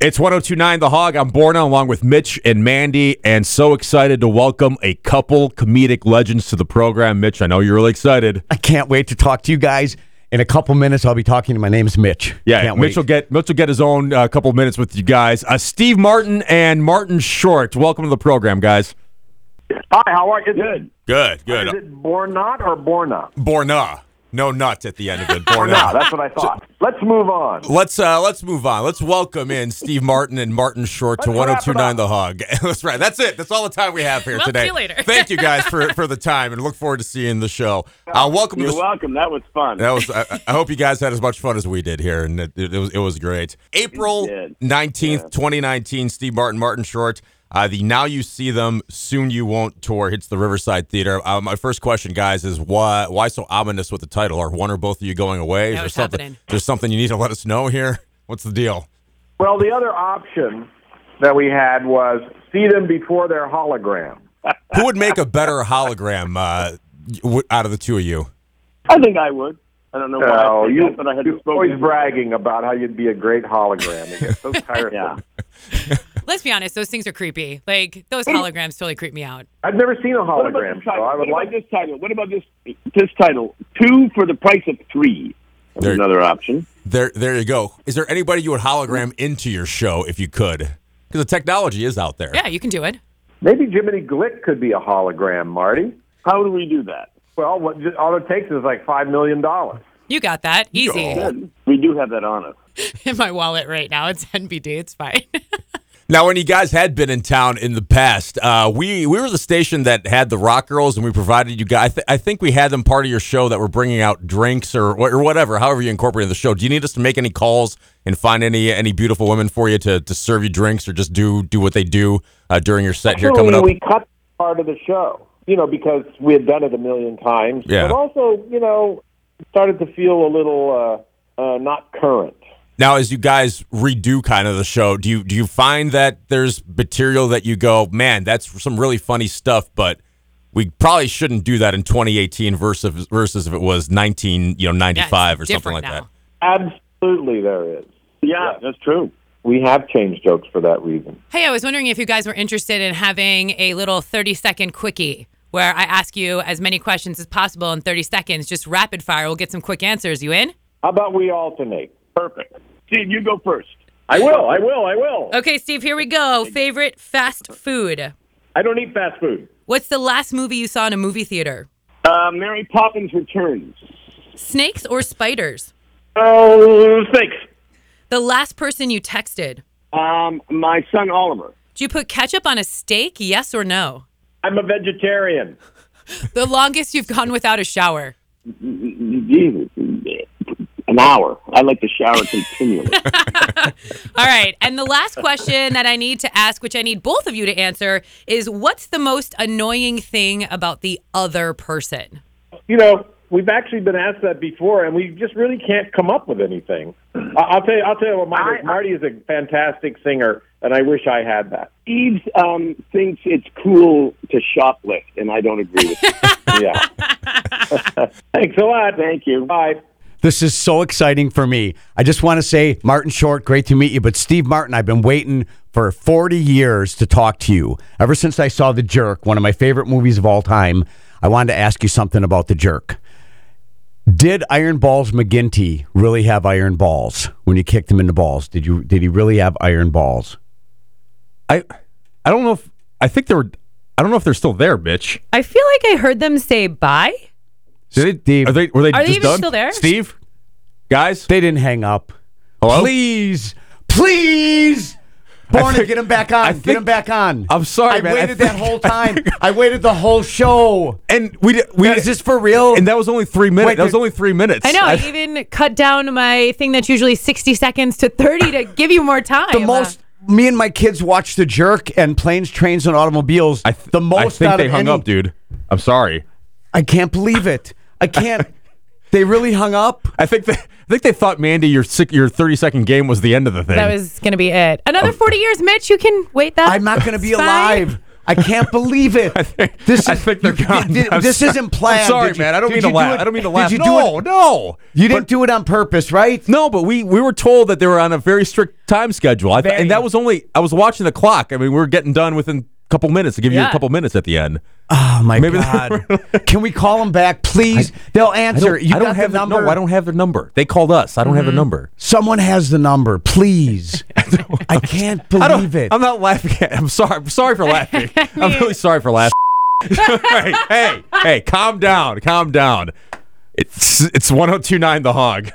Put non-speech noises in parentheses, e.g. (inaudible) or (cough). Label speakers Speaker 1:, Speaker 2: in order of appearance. Speaker 1: It's 1029 The Hog. I'm Borna along with Mitch and Mandy, and so excited to welcome a couple comedic legends to the program. Mitch, I know you're really excited.
Speaker 2: I can't wait to talk to you guys. In a couple minutes, I'll be talking to my name's Mitch.
Speaker 1: Yeah,
Speaker 2: can't
Speaker 1: Mitch
Speaker 2: wait.
Speaker 1: will get Mitch will get his own uh, couple minutes with you guys. Uh, Steve Martin and Martin Short, welcome to the program, guys.
Speaker 3: Hi, how are you? Good.
Speaker 1: Good,
Speaker 3: Is it Bornot or Borna?
Speaker 1: Borna, no nuts at the end of
Speaker 3: (laughs)
Speaker 1: it.
Speaker 3: Borna, Ah, that's what I
Speaker 1: (laughs)
Speaker 3: thought. Let's move on.
Speaker 1: Let's uh, let's move on. Let's welcome in Steve Martin and Martin Short to
Speaker 3: Let's wrap it
Speaker 1: 1029
Speaker 3: up.
Speaker 1: The Hog. (laughs) That's right. That's it. That's all the time we have here
Speaker 4: Well,
Speaker 1: today.
Speaker 4: see you later.
Speaker 1: Thank you
Speaker 3: (laughs)
Speaker 1: guys for, for the time and look forward to seeing the show. Uh, welcome to
Speaker 5: You're
Speaker 1: the
Speaker 5: welcome. That was fun.
Speaker 1: that was I, I hope you guys had as much fun as we did here and it, it was it was great. April
Speaker 5: We did.
Speaker 1: 19th, 2019, Steve Martin Martin Short. Uh, the Now You See Them Soon You Won't tour hits the Riverside Theater. Uh, my first question, guys, is why why so ominous with the title? Are one or both of you going away? Is
Speaker 4: Yeah,
Speaker 1: there
Speaker 4: what's
Speaker 1: something?
Speaker 4: happening?
Speaker 1: There's something you need to let us know here. What's the deal?
Speaker 3: Well, the other option that we had was see them before their hologram.
Speaker 1: Who would make a
Speaker 5: (laughs)
Speaker 1: better hologram uh, w- out of the two of you?
Speaker 5: I think I would. I don't know why,
Speaker 3: Oh,
Speaker 5: I said
Speaker 3: you,
Speaker 5: that, but I had
Speaker 3: you're
Speaker 5: spoken.
Speaker 3: always bragging about how you'd be a
Speaker 1: (laughs)
Speaker 3: great hologram. It gets so tiresome.
Speaker 5: Yeah.
Speaker 4: Let's be honest, those things are creepy. Like those holograms totally creep me out.
Speaker 3: I've never seen a
Speaker 5: What about
Speaker 3: hologram,
Speaker 5: this
Speaker 3: so
Speaker 5: title?
Speaker 3: I would
Speaker 5: what
Speaker 3: like
Speaker 5: about this title? What about this this title? Two for the price of three. That's
Speaker 1: There-
Speaker 5: another option.
Speaker 1: There, there you go. Is there anybody you would hologram
Speaker 5: Hmm.
Speaker 1: into your show if you could? Because the technology is out there.
Speaker 4: Yeah, you can do it.
Speaker 3: Maybe Jiminy Glick could be a hologram, Marty.
Speaker 5: How do we do that?
Speaker 3: Well, what, ju- all it takes is like $5 million.
Speaker 4: You got that. Easy.
Speaker 5: Good. We do have that on us.
Speaker 4: (laughs) In my wallet right now. It's NBD. It's fine. (laughs)
Speaker 1: Now, when you guys had been in town in the past, uh, we we were the station that had the Rock Girls, and we provided you guys. I, th- I think we had them part of your show that were bringing out drinks or wha- or whatever, however you incorporated the show. Do you need us to make any calls and find any any beautiful women for you to, to serve you drinks or just do do what they do uh, during your set here coming
Speaker 3: Actually,
Speaker 1: up?
Speaker 3: we cut part of the show, you know, because we had done it a million times.
Speaker 1: Yeah.
Speaker 3: But also, you know, started to feel a little uh, uh, not current.
Speaker 1: Now, as you guys redo kind of the show, do you do you find that there's material that you go, man, that's some really funny stuff, but we probably shouldn't do that in 2018 versus versus if it was 19, you know, 95 or something
Speaker 4: different
Speaker 1: like
Speaker 4: now.
Speaker 1: that.
Speaker 3: Absolutely, there is.
Speaker 5: Yeah, that's true.
Speaker 3: We have changed jokes for that reason.
Speaker 4: Hey, I was wondering if you guys were interested in having a little 30 second quickie where I ask you as many questions as possible in 30 seconds, just rapid fire. We'll get some quick answers. You in?
Speaker 3: How about we alternate?
Speaker 5: Perfect. Steve, you go first.
Speaker 3: I will. I will. I will.
Speaker 4: Okay, Steve, here we go. Favorite fast food.
Speaker 3: I don't eat fast food.
Speaker 4: What's the last movie you saw in a movie theater?
Speaker 5: Uh, Mary Poppins returns.
Speaker 4: Snakes or spiders?
Speaker 5: Oh, thanks.
Speaker 4: The last person you texted.
Speaker 5: Um, my son Oliver.
Speaker 4: Do you put ketchup on a steak? Yes or no?
Speaker 3: I'm a vegetarian.
Speaker 4: The longest you've gone without a shower.
Speaker 5: Jesus, an hour. I like to shower continually.
Speaker 4: All right. And the last question that I need to ask, which I need both of you to answer, is what's the most annoying thing about the other person?
Speaker 3: You know, we've actually been asked that before, and we just really can't come up with anything. I- I'll tell you. I'll tell you what. Marty, is. Marty is a fantastic singer, and I wish I had that.
Speaker 5: Eves um, thinks it's cool to shoplift, and I don't agree with it.
Speaker 3: Yeah. Thanks a lot.
Speaker 5: Thank you.
Speaker 3: Bye.
Speaker 2: This is so exciting for me. I just want to say, Martin Short, great to meet you. But Steve Martin, I've been waiting for 40 years to talk to you. Ever since I saw The Jerk, one of my favorite movies of all time, I wanted to ask you something about The Jerk. Did Iron Balls McGinty really have iron balls when you kicked him in the balls? Did you? Did he really have iron balls?
Speaker 1: I I don't know if I think they were I don't know if they're still there, Mitch.
Speaker 4: I feel like I heard them say bye.
Speaker 1: Did
Speaker 2: Steve.
Speaker 1: they, are they were they
Speaker 4: Are they
Speaker 1: just
Speaker 4: even
Speaker 1: done?
Speaker 4: still there?
Speaker 1: Steve? Guys?
Speaker 2: They didn't hang up.
Speaker 1: Hello?
Speaker 2: Please, please, Borna,
Speaker 1: think-
Speaker 2: get him back on.
Speaker 1: I
Speaker 2: get
Speaker 1: think-
Speaker 2: him back on.
Speaker 1: I'm sorry,
Speaker 2: I
Speaker 1: man. I
Speaker 2: waited that
Speaker 1: think- (laughs)
Speaker 2: whole time. I waited the whole show.
Speaker 1: And we did- we
Speaker 2: Man, is this for real?
Speaker 1: And that was only 3 minutes.
Speaker 2: Wait,
Speaker 1: that was
Speaker 2: did-
Speaker 1: only 3 minutes.
Speaker 4: I know. I, even cut down my thing that's usually 60 seconds to 30 to give you more time.
Speaker 2: The most. Me and my kids watched The Jerk and Planes, Trains, and Automobiles.
Speaker 1: I th-
Speaker 2: the most.
Speaker 1: I think
Speaker 2: out
Speaker 1: they
Speaker 2: of
Speaker 1: hung
Speaker 2: any-
Speaker 1: up, dude. I'm sorry.
Speaker 2: I can't believe it.
Speaker 1: (laughs)
Speaker 2: I can't. they really hung up.
Speaker 1: I think they, I think they thought Mandy your sick, your 30 second game was the end of the thing.
Speaker 4: That was going to be it. Another 40 years, Mitch. You can wait that.
Speaker 2: Oh. I'm not going to be
Speaker 4: It's fine.
Speaker 2: alive. I can't believe it. This
Speaker 1: (laughs)
Speaker 2: is,
Speaker 1: I think they're
Speaker 2: you-
Speaker 1: gone.
Speaker 2: did-
Speaker 1: I'm
Speaker 2: this
Speaker 1: so-
Speaker 2: isn't planned.
Speaker 1: I'm sorry,
Speaker 2: Did you-
Speaker 1: man. I don't
Speaker 2: did
Speaker 1: mean to
Speaker 2: you do
Speaker 1: laugh.
Speaker 2: it-
Speaker 1: I don't mean to laugh.
Speaker 2: Did you
Speaker 1: no,
Speaker 2: do it?
Speaker 1: no.
Speaker 2: You didn't do it on purpose, right?
Speaker 1: No, but we, we were told that they were on a very strict time schedule. I th-
Speaker 2: Very.
Speaker 1: and that was only, I was watching the clock. I mean, we were getting done within a couple minutes to give you
Speaker 4: Yeah.
Speaker 1: a couple minutes at the end.
Speaker 2: Oh my
Speaker 1: Maybe they
Speaker 2: god! Can we call them back, please? They'll
Speaker 1: I
Speaker 2: answer.
Speaker 1: don't,
Speaker 2: you
Speaker 1: I don't
Speaker 2: got
Speaker 1: have
Speaker 2: the
Speaker 1: their-
Speaker 2: number. Mm-hmm.
Speaker 1: No, I don't have their number. They called us. I don't have a number.
Speaker 2: Someone has the
Speaker 1: (laughs)
Speaker 2: number, please. I can't
Speaker 1: I don't,
Speaker 2: believe it.
Speaker 1: I'm not laughing. At, I'm sorry. I'm sorry for laughing. I'm really sorry for laughing. hey, hey, hey, calm down. Calm down. It's it's 1029 the hog.